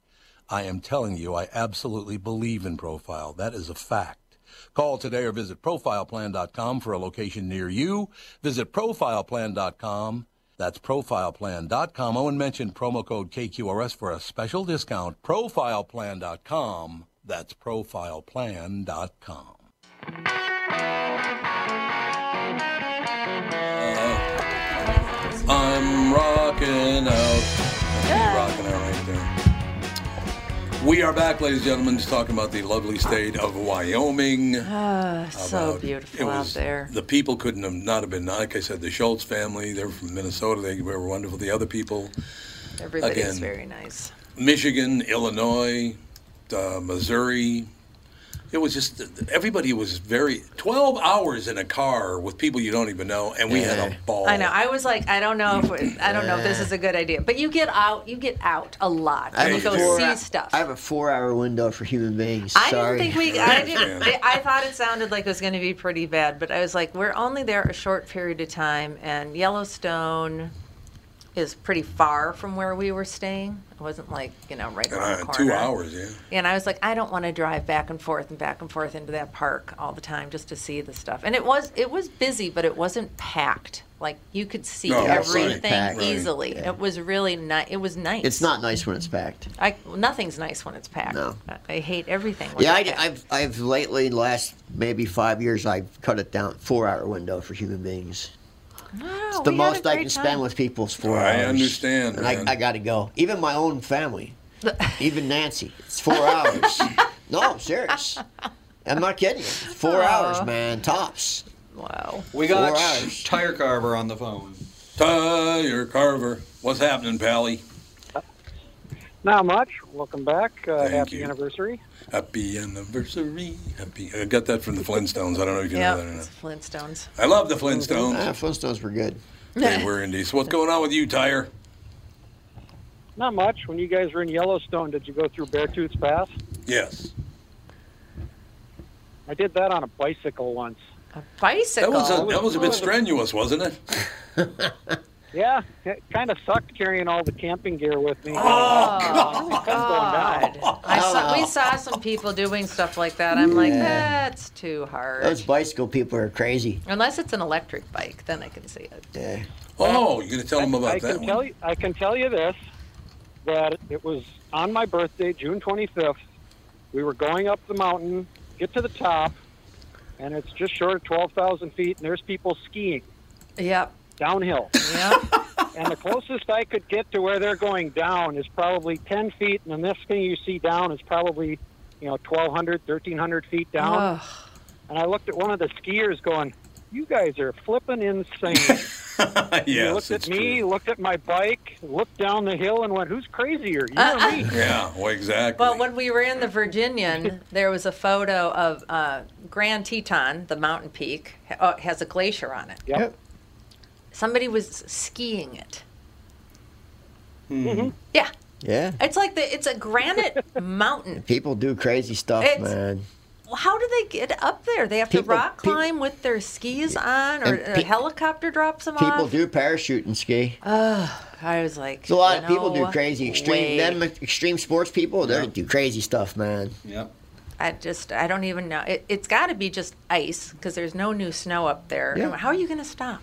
I am telling you, I absolutely believe in Profile. That is a fact. Call today or visit profileplan.com for a location near you. Visit profileplan.com. That's profileplan.com. Oh, and mention promo code KQRS for a special discount. Profileplan.com. That's profileplan.com. I'm rocking out. That's me rocking out right there. We are back, ladies and gentlemen, just talking about the lovely state of Wyoming.
Ah, so
about- it
beautiful out
was-
there.
The people couldn't have not have been like I said. The Schultz family, they're from Minnesota. They were wonderful. The other people,
Everybody's
again,
very nice.
Michigan, Illinois, uh, Missouri. It was just everybody was very twelve hours in a car with people you don't even know, and we had a ball.
I know. I was like, I don't know if it- I don't know if this is a good idea, but you get out, you get out a lot,
I
and you
have, a
go
four,
see stuff.
I have a four-hour window for human beings.
I
Sorry.
didn't think we. I didn't. I, I thought it sounded like it was going to be pretty bad, but I was like, we're only there a short period of time, and Yellowstone is pretty far from where we were staying. It wasn't like you know right around the
Uh,
corner.
two hours, yeah.
And I was like, I don't want to drive back and forth and back and forth into that park all the time just to see the stuff. And it was it was busy, but it wasn't packed. Like you could see
No, that's right.
everything
Packed. Right,
easily. It was really nice. It was nice.
It's not nice when it's packed.
I, nothing's nice when it's packed.
No.
I- I hate everything. When
Yeah,
it's
I,
packed.
I've I've lately in the last maybe five years I've cut it down four-hour window for human beings.
Wow,
It's the
Oh, we had a
most
great
I can
time.
spend with people is four
I
hours.
understand,
And
man.
I, I got to go. Even my own family, even Nancy. It's four hours. No, I'm serious. I'm not kidding. you. It's Four
Oh.
hours, man, tops.
Wow.
We got
four hours.
Tire Carver on the phone.
Tyre Carver, what's happening, Pally?
Not much. Welcome back. Uh,
Thank
happy
you.
anniversary.
Happy anniversary. Happy. I got that from the Flintstones. I don't know if you
yeah,
know that or
it's
not.
Flintstones.
I love the Flintstones.
Ah, Flintstones were good.
They were indeed. So what's going on with you, Tyre?
Not much. When you guys were in Yellowstone, did you go through Beartooth's Pass?
Yes.
I did that on a bicycle once.
Bicycle.
That was a, that was a bit strenuous, wasn't it?
Yeah, it kind of sucked carrying all the camping gear with me. Oh,
God. I saw, we saw some people doing stuff like that. I'm like,
Oh. Yeah.
that's too hard.
Those bicycle people are crazy.
Unless it's an electric bike, then I can see it.
Yeah.
Oh, you're gonna tell them about
I
that
can
one.
Tell you, I can tell you this that it was on my birthday, June 25th. We were going up the mountain, get to the top, and it's just short of 12,000 feet, and there's people skiing.
Yep.
Downhill.
Yep.
and the closest I could get to where they're going down is probably 10 feet, and the next thing you see down is probably, you know, 1,200, 1,300 feet down.
Ugh.
And I looked at one of the skiers going, You guys are flipping insane. He
yes,
looked
it's
at
true.
me, looked at my bike, looked down the hill, and went, "Who's crazier, you
Uh-uh.
or me?"
Yeah, well, exactly.
Well, when we were in the Virginian, there was a photo of uh, Grand Teton, the mountain peak, ha- uh, has a glacier on it.
Yep.
Somebody was skiing it.
Mhm.
Yeah,
Yeah.
it's like the it's a granite mountain.
People do crazy stuff,
It's-
man.
Well, How do they get up there? They have to
People-
rock climb with their skis on, or
And
a
pe-
helicopter drops them
People
off.
do parachute and ski.
Ugh, I was like,
There's a lot of people do
no
crazy extreme.
way.
Them extreme sports people, they do crazy stuff, man.
Yep.
I just, I don't even know. It, it's got to be just ice because there's no new snow up there.
Yeah.
How are you going to stop?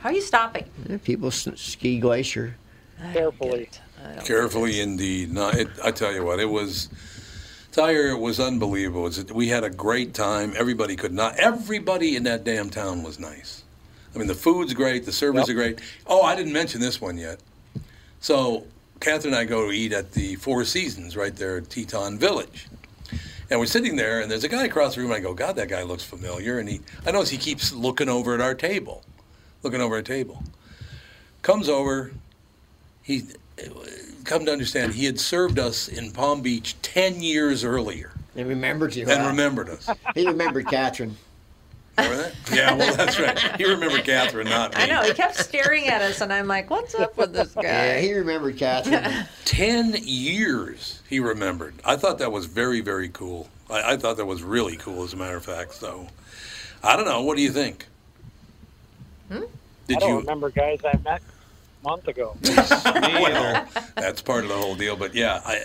How are you stopping?
People s- ski glacier.
Carefully.
Carefully, indeed. No, it, I tell you what, it was. Tire was unbelievable. It's- We had a great time. Everybody could not. Everybody in that damn town was nice. I mean, the food's great. The servers are great. Oh, I didn't mention this one yet. So, Catherine and I go to eat at the Four Seasons right there at Teton Village. And we're sitting there, and there's a guy across the room. I go, God, that guy looks familiar. And he, I notice he keeps looking over at our table, looking over at our table. Comes over. He, come to understand, he had served us in Palm Beach 10 years earlier.
And remembered you.
And
huh?
remembered us.
He remembered Catherine.
Remember that? Yeah, well, that's right. He remembered Catherine, not me.
I know. He kept staring at us, and I'm like, what's up with this guy?
Yeah, he remembered Catherine.
10 years he remembered. I thought that was very, very cool. I, I thought that was really cool, as a matter of fact. So, I don't know. What do you think? Did
I don't
you?
remember guys I met a month ago.
well, that's part of the whole deal. But yeah, I,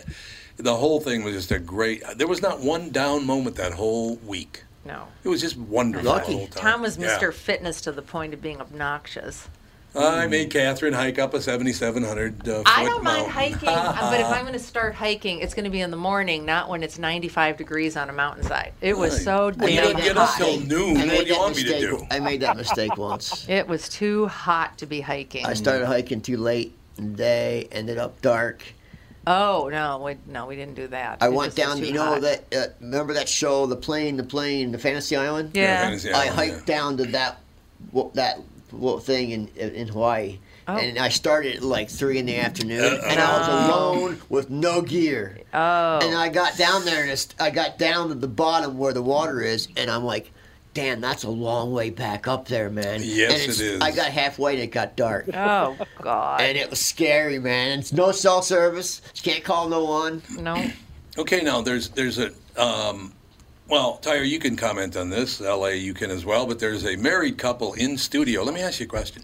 the whole thing was just a great. There was not one down moment that whole week.
No.
It was just wonderful. the whole time.
Tom was
Yeah.
Mr. Fitness to the point of being obnoxious.
I made Catherine hike up a 7,700 uh, foot
I don't mind
mountain.
hiking, uh, but if I'm going to start hiking, it's going to be in the morning, not when it's 95 degrees on a mountainside. It was so
Well, you
damn
don't get up
hot.
till noon.
I made
What do you
that
want me to
mistake-
do?
I made that mistake once.
It was too hot to be hiking.
I started hiking too late in the day, ended up dark.
Oh no, we, no, we didn't do that.
I
It
went
just was
down,
too
you know
hot.
that uh, remember that show, the plane, the plane, the Fantasy Island.
Yeah. Yeah, Fantasy
I
Island,
hiked down to that wo- that wo- thing in in Hawaii,
Oh.
and I started at like three in the afternoon,
Uh,
and I was alone with no gear.
Oh.
And I got down there, and it's, I got down to the bottom where the water is, and I'm like. Damn, that's a long way back up there, man.
Yes, it
and it's-
is.
I got halfway and it got dark.
Oh God.
And it was scary, man. It's no cell service. You can't call no one.
No.
Okay, now there's there's a um, well, Tyre, you can comment on this. LA, you can as well. But there's a married couple in studio. Let me ask you a question.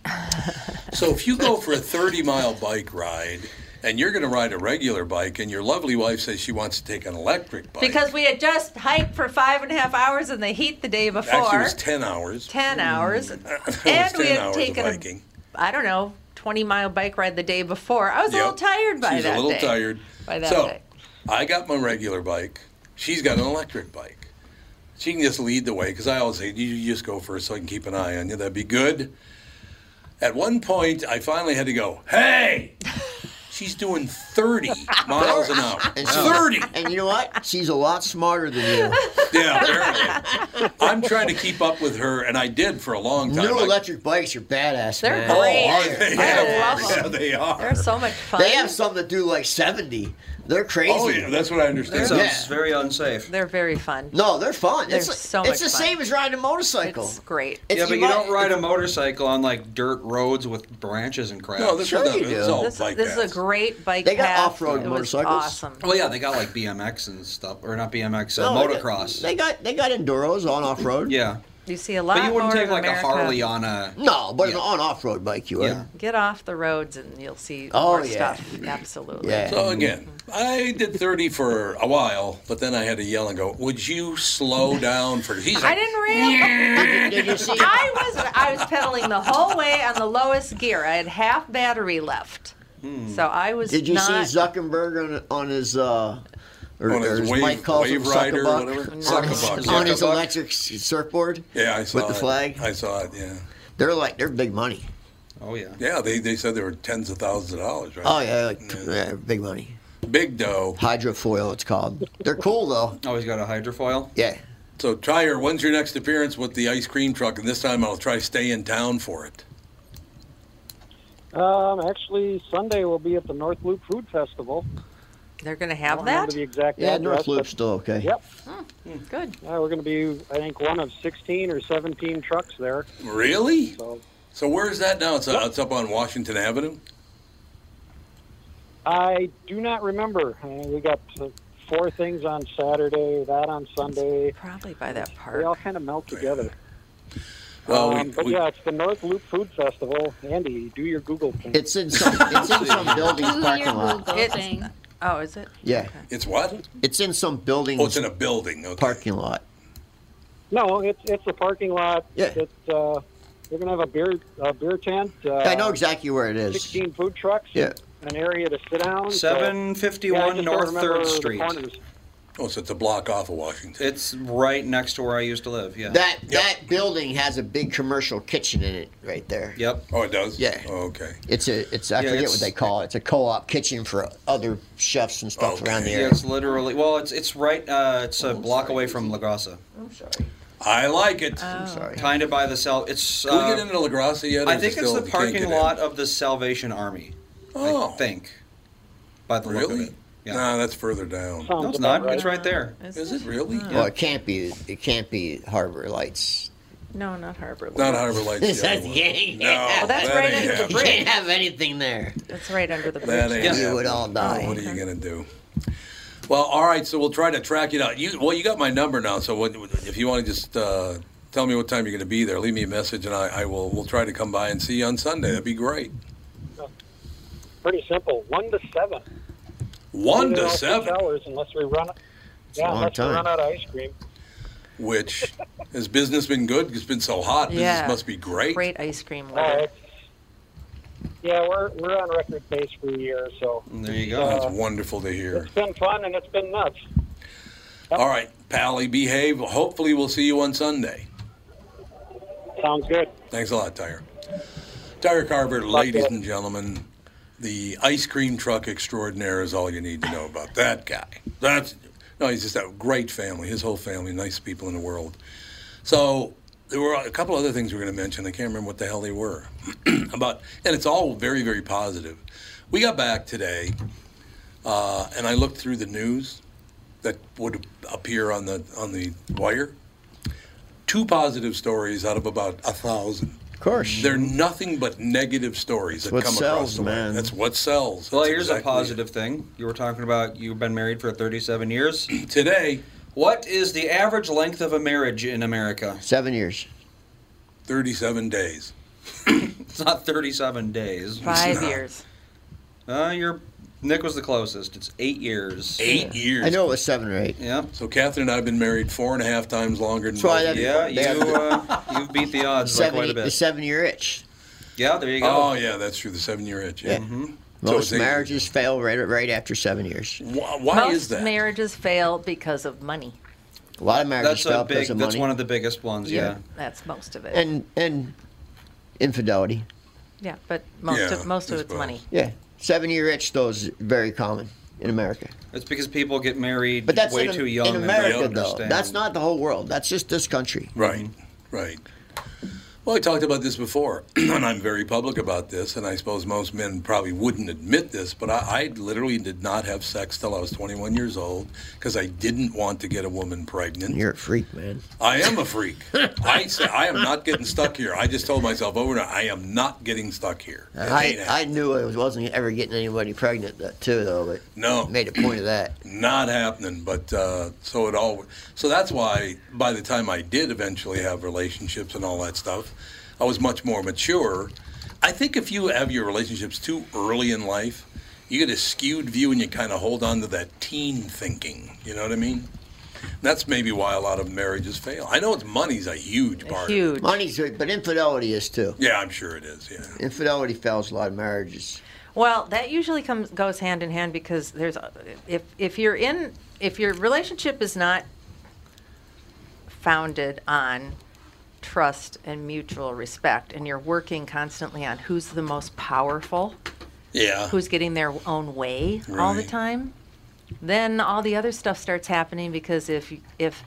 so if you go for a 30 mile bike ride and you're going to ride a regular bike, and your lovely wife says she wants to take an electric bike,
Because we had just hiked for five and a half hours in the heat the day before.
actually it was 10 hours.
10 hours.
It was
and
10
we had
hours
taken
of biking.
a, I don't know, 20 mile bike ride the day before. I was a
Yep.
little tired by
She's
that
a little
day.
tired.
By that
so,
day.
I got my regular bike. She's got an electric bike. She can just lead the way because I always say, you you just go first so I can keep an eye on you. That'd be good. At one point, I finally had to go, hey! She's doing 30 miles an hour.
And she's-
30!
And you know what? She's a lot smarter than
Yeah, apparently. I'm trying to keep up with her, and I did for a long
you.
time.
New
I-
electric bikes are badass,
They're
man.
great.
Oh, are they?
I love
Yeah,
them.
they are.
They're so much fun.
They have some that do like 70. They're crazy.
Oh, yeah, that's what I understand.
That sounds very unsafe.
They're very fun.
No, they're fun.
They're
it's
so
it's
much
the
fun.
same as riding a motorcycle.
It's great.
It's-
yeah, but you,
might-
don't ride a motorcycle on like dirt roads with branches and crap.
No, this Sure is not- you this is do. all
This,
bike
this is
paths.
a great bike
They got
path.
off-road
It was
motorcycles.
Awesome.
Well, yeah, they got like BMX and stuff, or not BMX, uh,
No, they got-
motocross.
They got they got enduros on off road.
yeah,
You see a lot
But you wouldn't
more
take
in
like
America.
a Harley on a.
No, but an on off road bike, you
Yeah.
are.
Get off the roads and you'll see
Oh,
more
yeah.
stuff. Absolutely.
So again, I did 30 for a while, but then I had to yell and go, "Would you slow down for?"
I
He's like,
didn't ramp.
Did you see it?
I was I was pedaling the whole way on the lowest gear. I had half battery left,
Hmm.
so I was.
Did you see
not-
Zuckerberg on, on his uh, or,
On his
or as
wave-
Mike calls him
wave rider or
Zuckerbuck?
whatever?
On
Zuckerbuck,
his-
yeah.
on his
Zuckerbuck.
electric s- surfboard.
Yeah, I saw
with the
it.
flag.
I saw it. Yeah.
They're like they're big money.
Oh yeah.
Yeah, they, they said they were tens of thousands of dollars, right?
Oh yeah, like, yeah, big money.
Big dough.
Hydrofoil, it's called. They're cool though.
Oh, he's got a hydrofoil.
Yeah.
So Tyre, when's your next appearance with the ice cream truck? And this time I'll try stay in town for it.
Um, actually, Sunday we'll be at the North Loop Food Festival.
They're going to
I
have
don't remember
that.
the exact
Yeah,
address,
North
but-
Loop's still okay.
Yep.
Good.
Yeah, we're going to be, I think, one of 16 or 17 trucks there.
Really?
So,
So where is that now? It's, uh, it's up on Washington Avenue.
I do not remember. Uh, we got uh, four things on Saturday, that on Sunday.
Probably by that
They
park.
all kind of melt together.
Well, we-
um, but
we-
yeah, it's the North Loop Food Festival. Andy, do your Google thing.
It's in some it's in some building's parking lot.
It's- Oh, is it?
Yeah.
It's what?
It's in some building's
Oh, it's in a building. Okay.
parking lot.
No, it's it's the parking lot.
Yeah.
It's, uh, they're gonna have a beer a beer tent. Uh,
I know exactly where it is.
Sixteen food trucks.
Yeah.
An area to sit down. so- Yeah, I
751
just don't
North
remember
Third
the
Street.
corners.
Oh, so it's a block off of Washington.
It's right next to where I used to live. Yeah.
That that building has a big commercial kitchen in it right there.
Yep.
Oh, it does.
Yeah.
Oh, okay.
It's a it's I
Yeah,
forget
it's-
what they call it. It's a co-op kitchen for other chefs and stuff around the
Yeah,
area.
it's literally well, it's it's right. Uh, it's a block away from Lagrasa,
I'm sorry. Oh.
I like it.
Sorry.
kind of by the cell. It's.
Can we
Uh,
get into Lagrassa yet? or
I
is
think
it
it's
still-
the
we can't get
parking
in?
lot of the Salvation Army.
Oh,
I think. By the look of
really?
it. Yeah.
Nah, that's further down.
Sounds
no, it's
about
not. It's right there.
Is it really?
Well, it can't be it can't be Harbor Lights.
No, not Harbor.
Not Harbor Lights.
Is
the
that
other one.
the end?
No,
Well,
that's
that
right
ain't
under the
happening.
You can't have anything there.
It's right under the
That
bridge.
ain't
Yeah.
happening.
We would all die.
Oh, what are you gonna do? Well, all right. So we'll try to track it out. You well, you got my number now. So what, if you want to just uh, tell me what time you're gonna be there, leave me a message, and I, I will. We'll try to come by and see you on Sunday. That'd be great.
Pretty simple. One to seven.
One
We're there
to
all six
seven,
hours unless we run.
a
Yeah,
long
unless
time.
we run out of ice cream.
which has business been good? It's been so hot. Business
Yeah.
must be great.
Great ice cream
Uh,
weather.
it's- yeah, we're we're on record pace for a year, so
There you go.
That's wonderful to hear.
it's been fun and it's been nuts.
All right, Pally, behave. Hopefully, we'll see you on Sunday.
Sounds good.
Thanks a lot, Tyre. Tyre Carver, ladies and gentlemen, the ice cream truck extraordinaire is all you need to know about that guy. That's no, he's just a great family. His whole family, nice people in the world. So there were a couple other things we were going to mention. I can't remember what the hell they were about, and it's all very, very positive. We got back today, uh, and I looked through the news that would appear on the on the wire. Two positive stories out of about a thousand.
Of course.
They're nothing but negative stories that
What
come across
sells,
the
man.
man. That's what sells.
Well,
That's
here's
exactly
a positive thing. You were talking about you've been married for 37 years.
it. Today,
what is the average length of a marriage in America?
Seven years.
37 days.
It's not 37 days.
Five years.
Uh, your Nick was the closest. It's eight years.
Eight years.
I know it was seven or eight.
Yeah.
So Catherine and I have been married four and a half times longer than
That's why
both of
that-
you.
Yeah, you
They have to-
uh, you beat the odds by
Seven,
quite a
the
bit.
seven year itch.
Yeah, there you go.
Oh, yeah, that's true. The seven-year itch. Yeah.
Yeah.
Mm-hmm.
So
Most
it's eight-
marriages fail right right after seven years.
Why, why
Most
is that?
marriages fail because of money.
A lot of marriages
That's
fail
a
because
big.
of
That's
money
one of the biggest ones.
Yeah.
Yeah.
That's most of it.
and and infidelity.
yeah, but most
Yeah,
of most of
I
it's
suppose.
money.
Yeah, seven year itch though is very common in America.
It's because people get married
But that's
way
in,
too young.
in
and
America
don't
though.
understand.
That's not the whole world. That's just this country.
Right, right. Well, I talked about this before, and I'm very public about this, and I suppose most men probably wouldn't admit this, but I, I literally did not have sex till I was 21 years old because I didn't want to get a woman pregnant.
You're a freak, man.
I am a freak. I say I am not getting stuck here. I just told myself over and over, I am not getting stuck here. It ain't
Uh, I,
happening.
I knew I wasn't ever getting anybody pregnant that too though, but
No.
made a point of that.
Not happening. But uh, so it all. So that's why by the time I did eventually have relationships and all that stuff, I was much more mature. I think if you have your relationships too early in life, you get a skewed view and you kind of hold on to that teen thinking. You know what I mean? That's maybe why a lot of marriages fail. I know it's money's a huge part. Of it.
Money's big, but infidelity is too.
Yeah, I'm sure it is. Yeah.
Infidelity fails a lot of marriages.
Well, that usually comes goes hand in hand because there's a- if if you're in if your relationship is not founded on trust and mutual respect and you're working constantly on who's the most powerful,
Yeah.
who's getting their own way all the
Right.
time, then all the other stuff starts happening because if if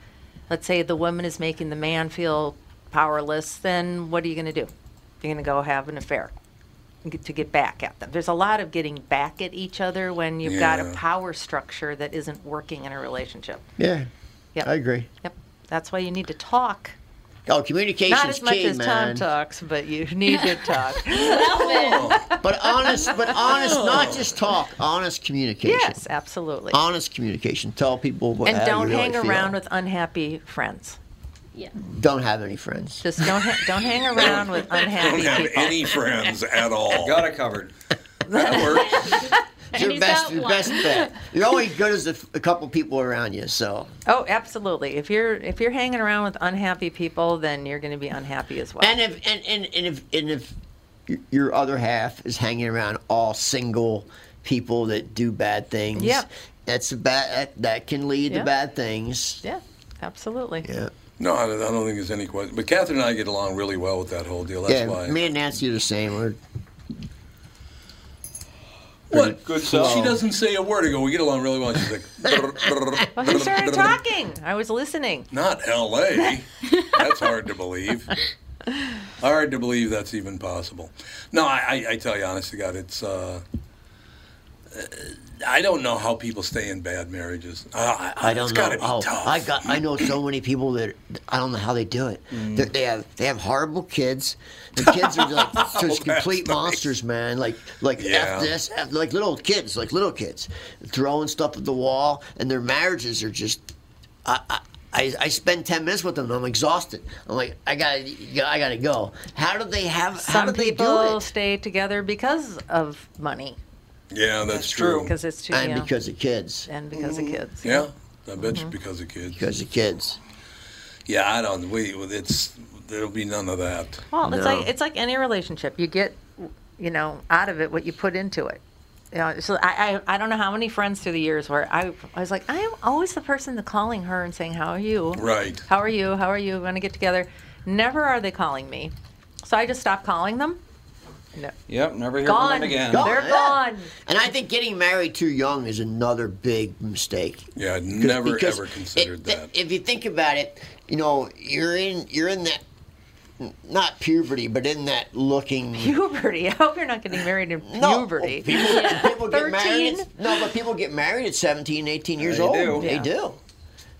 let's say the woman is making the man feel powerless, then what are you going to do? You're going to go have an affair and get- to get back at them. There's a lot of getting back at each other when you've got
Yeah.
a power structure that isn't working in a relationship.
Yeah.
Yep.
I agree.
Yep. That's why you need to talk.
Oh, communication's
Not as much
key,
as Tom
man.
talks, but you need to talk.
but honest, but honest, not just talk. Honest communication.
Oh. Yes, absolutely.
Honest communication. Tell people what
and
how you
don't
really
hang
feel.
around with unhappy friends.
Yeah.
Don't have any friends.
Just don't ha- don't hang around with
I
unhappy
don't have
people.
any friends at all. Got it covered.
It's your
he's
best,
got
your
one.
best bet. You're only good as a, a couple people around you. So
Oh, absolutely. If you're if you're hanging around with unhappy people, then you're going to be unhappy as well.
And if and, and, and if and if y- your other half is hanging around all single people that do bad things,
Yep.
that's a bad that, that can lead
Yeah.
to bad things.
Yeah, absolutely.
Yeah.
No, I don't, I don't think there's any question. But Catherine and I get along really well with that whole deal. That's
yeah,
why.
me and Nancy are the same. We're
What?
Good
She
song.
doesn't say a word. I go, we get along really well. She's like, "Brr, brr,
Well, he started talking. I was listening.
not L.A. That's hard to believe. Hard to believe that's even possible. No, I, I, I tell you, honest to God, it's. Uh, uh, I don't know how people stay in bad marriages. Uh, I,
I don't
it's
know.
gotta be
oh,
tough.
I got. I know so many people that I don't know how they do it.
Mm.
They- They have they have horrible kids. The kids are like just complete monsters, man. Like like
Oh, Yeah.
f this, f, like little kids, like little kids, throwing stuff at the wall, and their marriages are just. I, I, I, I spend ten minutes with them. and I'm exhausted. I'm like, I gotta, I gotta go. How do they have? how do
Some
they do
people
it?
stay together because of money.
Yeah, that's, true.
Because it's too.
And
you know,
because of kids.
And because of kids.
Yeah, I bet
Mm-hmm.
you because of kids.
Because of kids.
Yeah, I don't. We it's there'll be none of that.
Well, it's like it's like any relationship. You get, you know, out of it what you put into it. You know, so I, I I don't know how many friends through the years where I I was like I am always the person that calling her and saying how are you
Right.
how are you how are you going to get together. Never are they calling me, so I just stopped calling them. No.
Yep, never hear from
Gone.
them again.
They're gone.
And I think getting married too young is another big mistake.
Yeah, I
Because-
never
because
ever considered
it-
that.
If you think about it, you know, you're in you're in that not puberty, but in that looking
Puberty. I hope you're not getting married in
No,
puberty.
people, people get married.
Thirteen.
At, no, but people get married at 17, 18 years
They
old.
do.
They
Yeah.
do.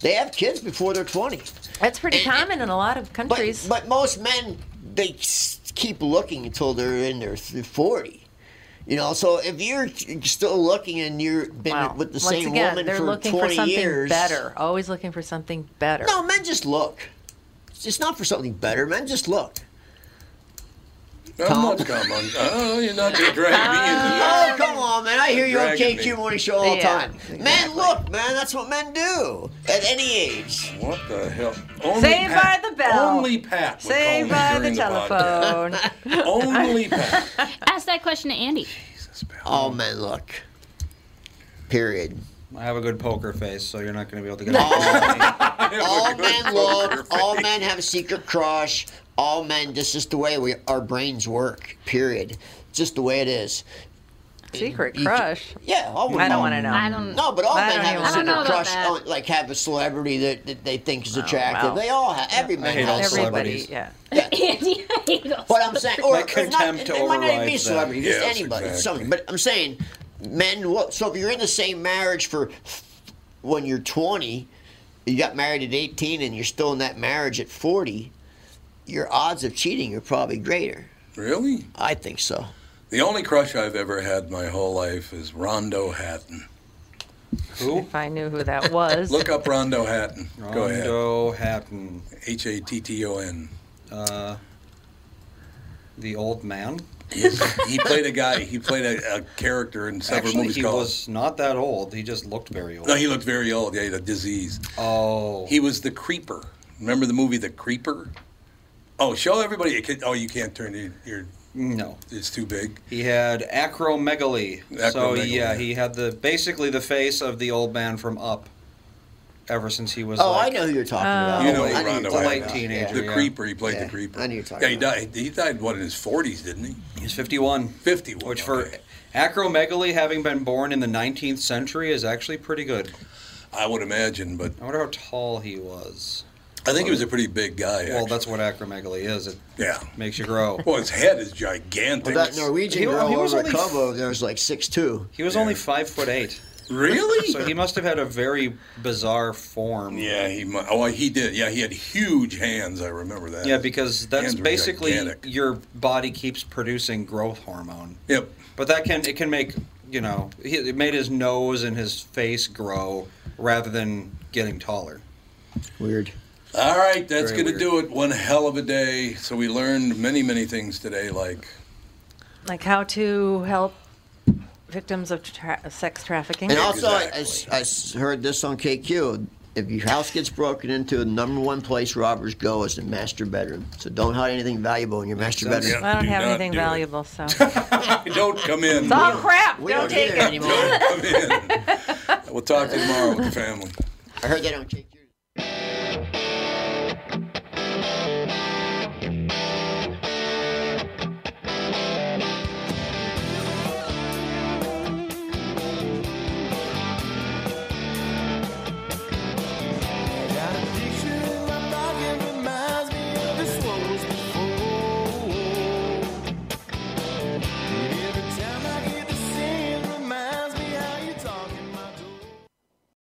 They have kids before they're 20.
That's pretty common in a lot of countries.
But, but most men, they s- keep looking until they're in their th- 40. You know, so if you're still looking and you've been
Wow.
with the
Once
same
again,
woman
they're
for
looking
20
for something
years,
better. Always looking for something better.
No, men just look. It's just not for something better, men just look.
I'm not coming. Oh, you're not gonna drag me into this.
Oh, come on, man. I hear you on
Dragging me.
KQ Morning Show all the
Yeah,
time. Man, look, man. That's what men do at any age.
What the hell?
Saved by the bell.
Only Pat. would
Saved
call me
by the
during
telephone.
podcast. only Pat.
Ask that question to Andy.
All men look. Period.
I have a good poker face, so you're not going to be able to get it.
All men look. All men have a secret crush. All men, this is the way we our brains work, period. Just the way it is.
Secret
You-
crush.
Yeah, I, would
I don't want to know.
No, but all
I
men
don't
have
even
a
wanna know
secret
about
crush.
that.
On, like have a celebrity that, that they think is
Oh,
attractive.
wow.
They all have. Every
Yeah.
man
I hate all
has
celebrities. Yeah.
But I'm saying, or
My
if not,
contempt
it might not even be a
overrides that.
celebrity, just
Yes,
anybody,
exactly.
something. But I'm saying, men. Will, so if you're in the same marriage for when you're 20, you got married at 18, and you're still in that marriage at 40, your odds of cheating are probably greater.
Really?
I think so.
The only crush I've ever had my whole life is Rondo Hatton. Who?
If I knew who that was.
Look up Rondo Hatton. Go ahead.
Rondo Hatton.
H A T T O N.
Uh, the old man.
he played a guy. He played a, a character in several
Actually,
movies
he
called.
was not that old. He just looked very old.
No, he looked very old. Yeah, he had a disease.
Oh.
He was the Creeper. Remember the movie The Creeper? Oh, show everybody. It can, oh, you can't turn it. You're,
no.
It's too big.
He had acromegaly. So
Acromegaly.
yeah, he had the basically the face of the old man from Up. Ever since he was.
Oh,
like,
I know who you're talking about.
you know,
uh, Oh, I knew
Rondo
the
Hatton.
late teenager.
The
yeah.
Creeper. He played the Creeper. I knew you yeah, he died. He died what in his 40s, didn't he?
He's 51.
51.
Which for acromegaly, having been born in the 19th century, is actually pretty good.
I would imagine, but
I wonder how tall he was.
I think he was a pretty big guy.
Well, that's what acromegaly is. It
yeah.
makes you grow.
Well, his head is gigantic.
Well, that Norwegian
He-
girl
he was
over at
only
Cabo, there was like six two.
He was only five foot eight.
Really?
so he must have had a very bizarre form.
Yeah, he. mu- Oh, he did. Yeah, he had huge hands. I remember that.
Yeah, because that's
Hands were
basically
gigantic.
your body keeps producing growth hormone.
Yep.
But that can it can make you know he, it made his nose and his face grow rather than getting taller.
Weird.
All right, that's
Very
going to
weird.
do it. One hell of a day. So we learned many, many things today, like
Like how to help victims of tra- sex trafficking.
And also, I- I s- I, s- heard this on KQ. If your house gets broken into, the number one place robbers go is the master bedroom. So don't hide anything valuable in your master
I
bedroom.
don't have anything valuable, so
don't come in.
it's all Oh, crap.
We
don't
don't
take
either
it.
anymore.
We'll talk to you tomorrow with the family.
I heard that on KQ.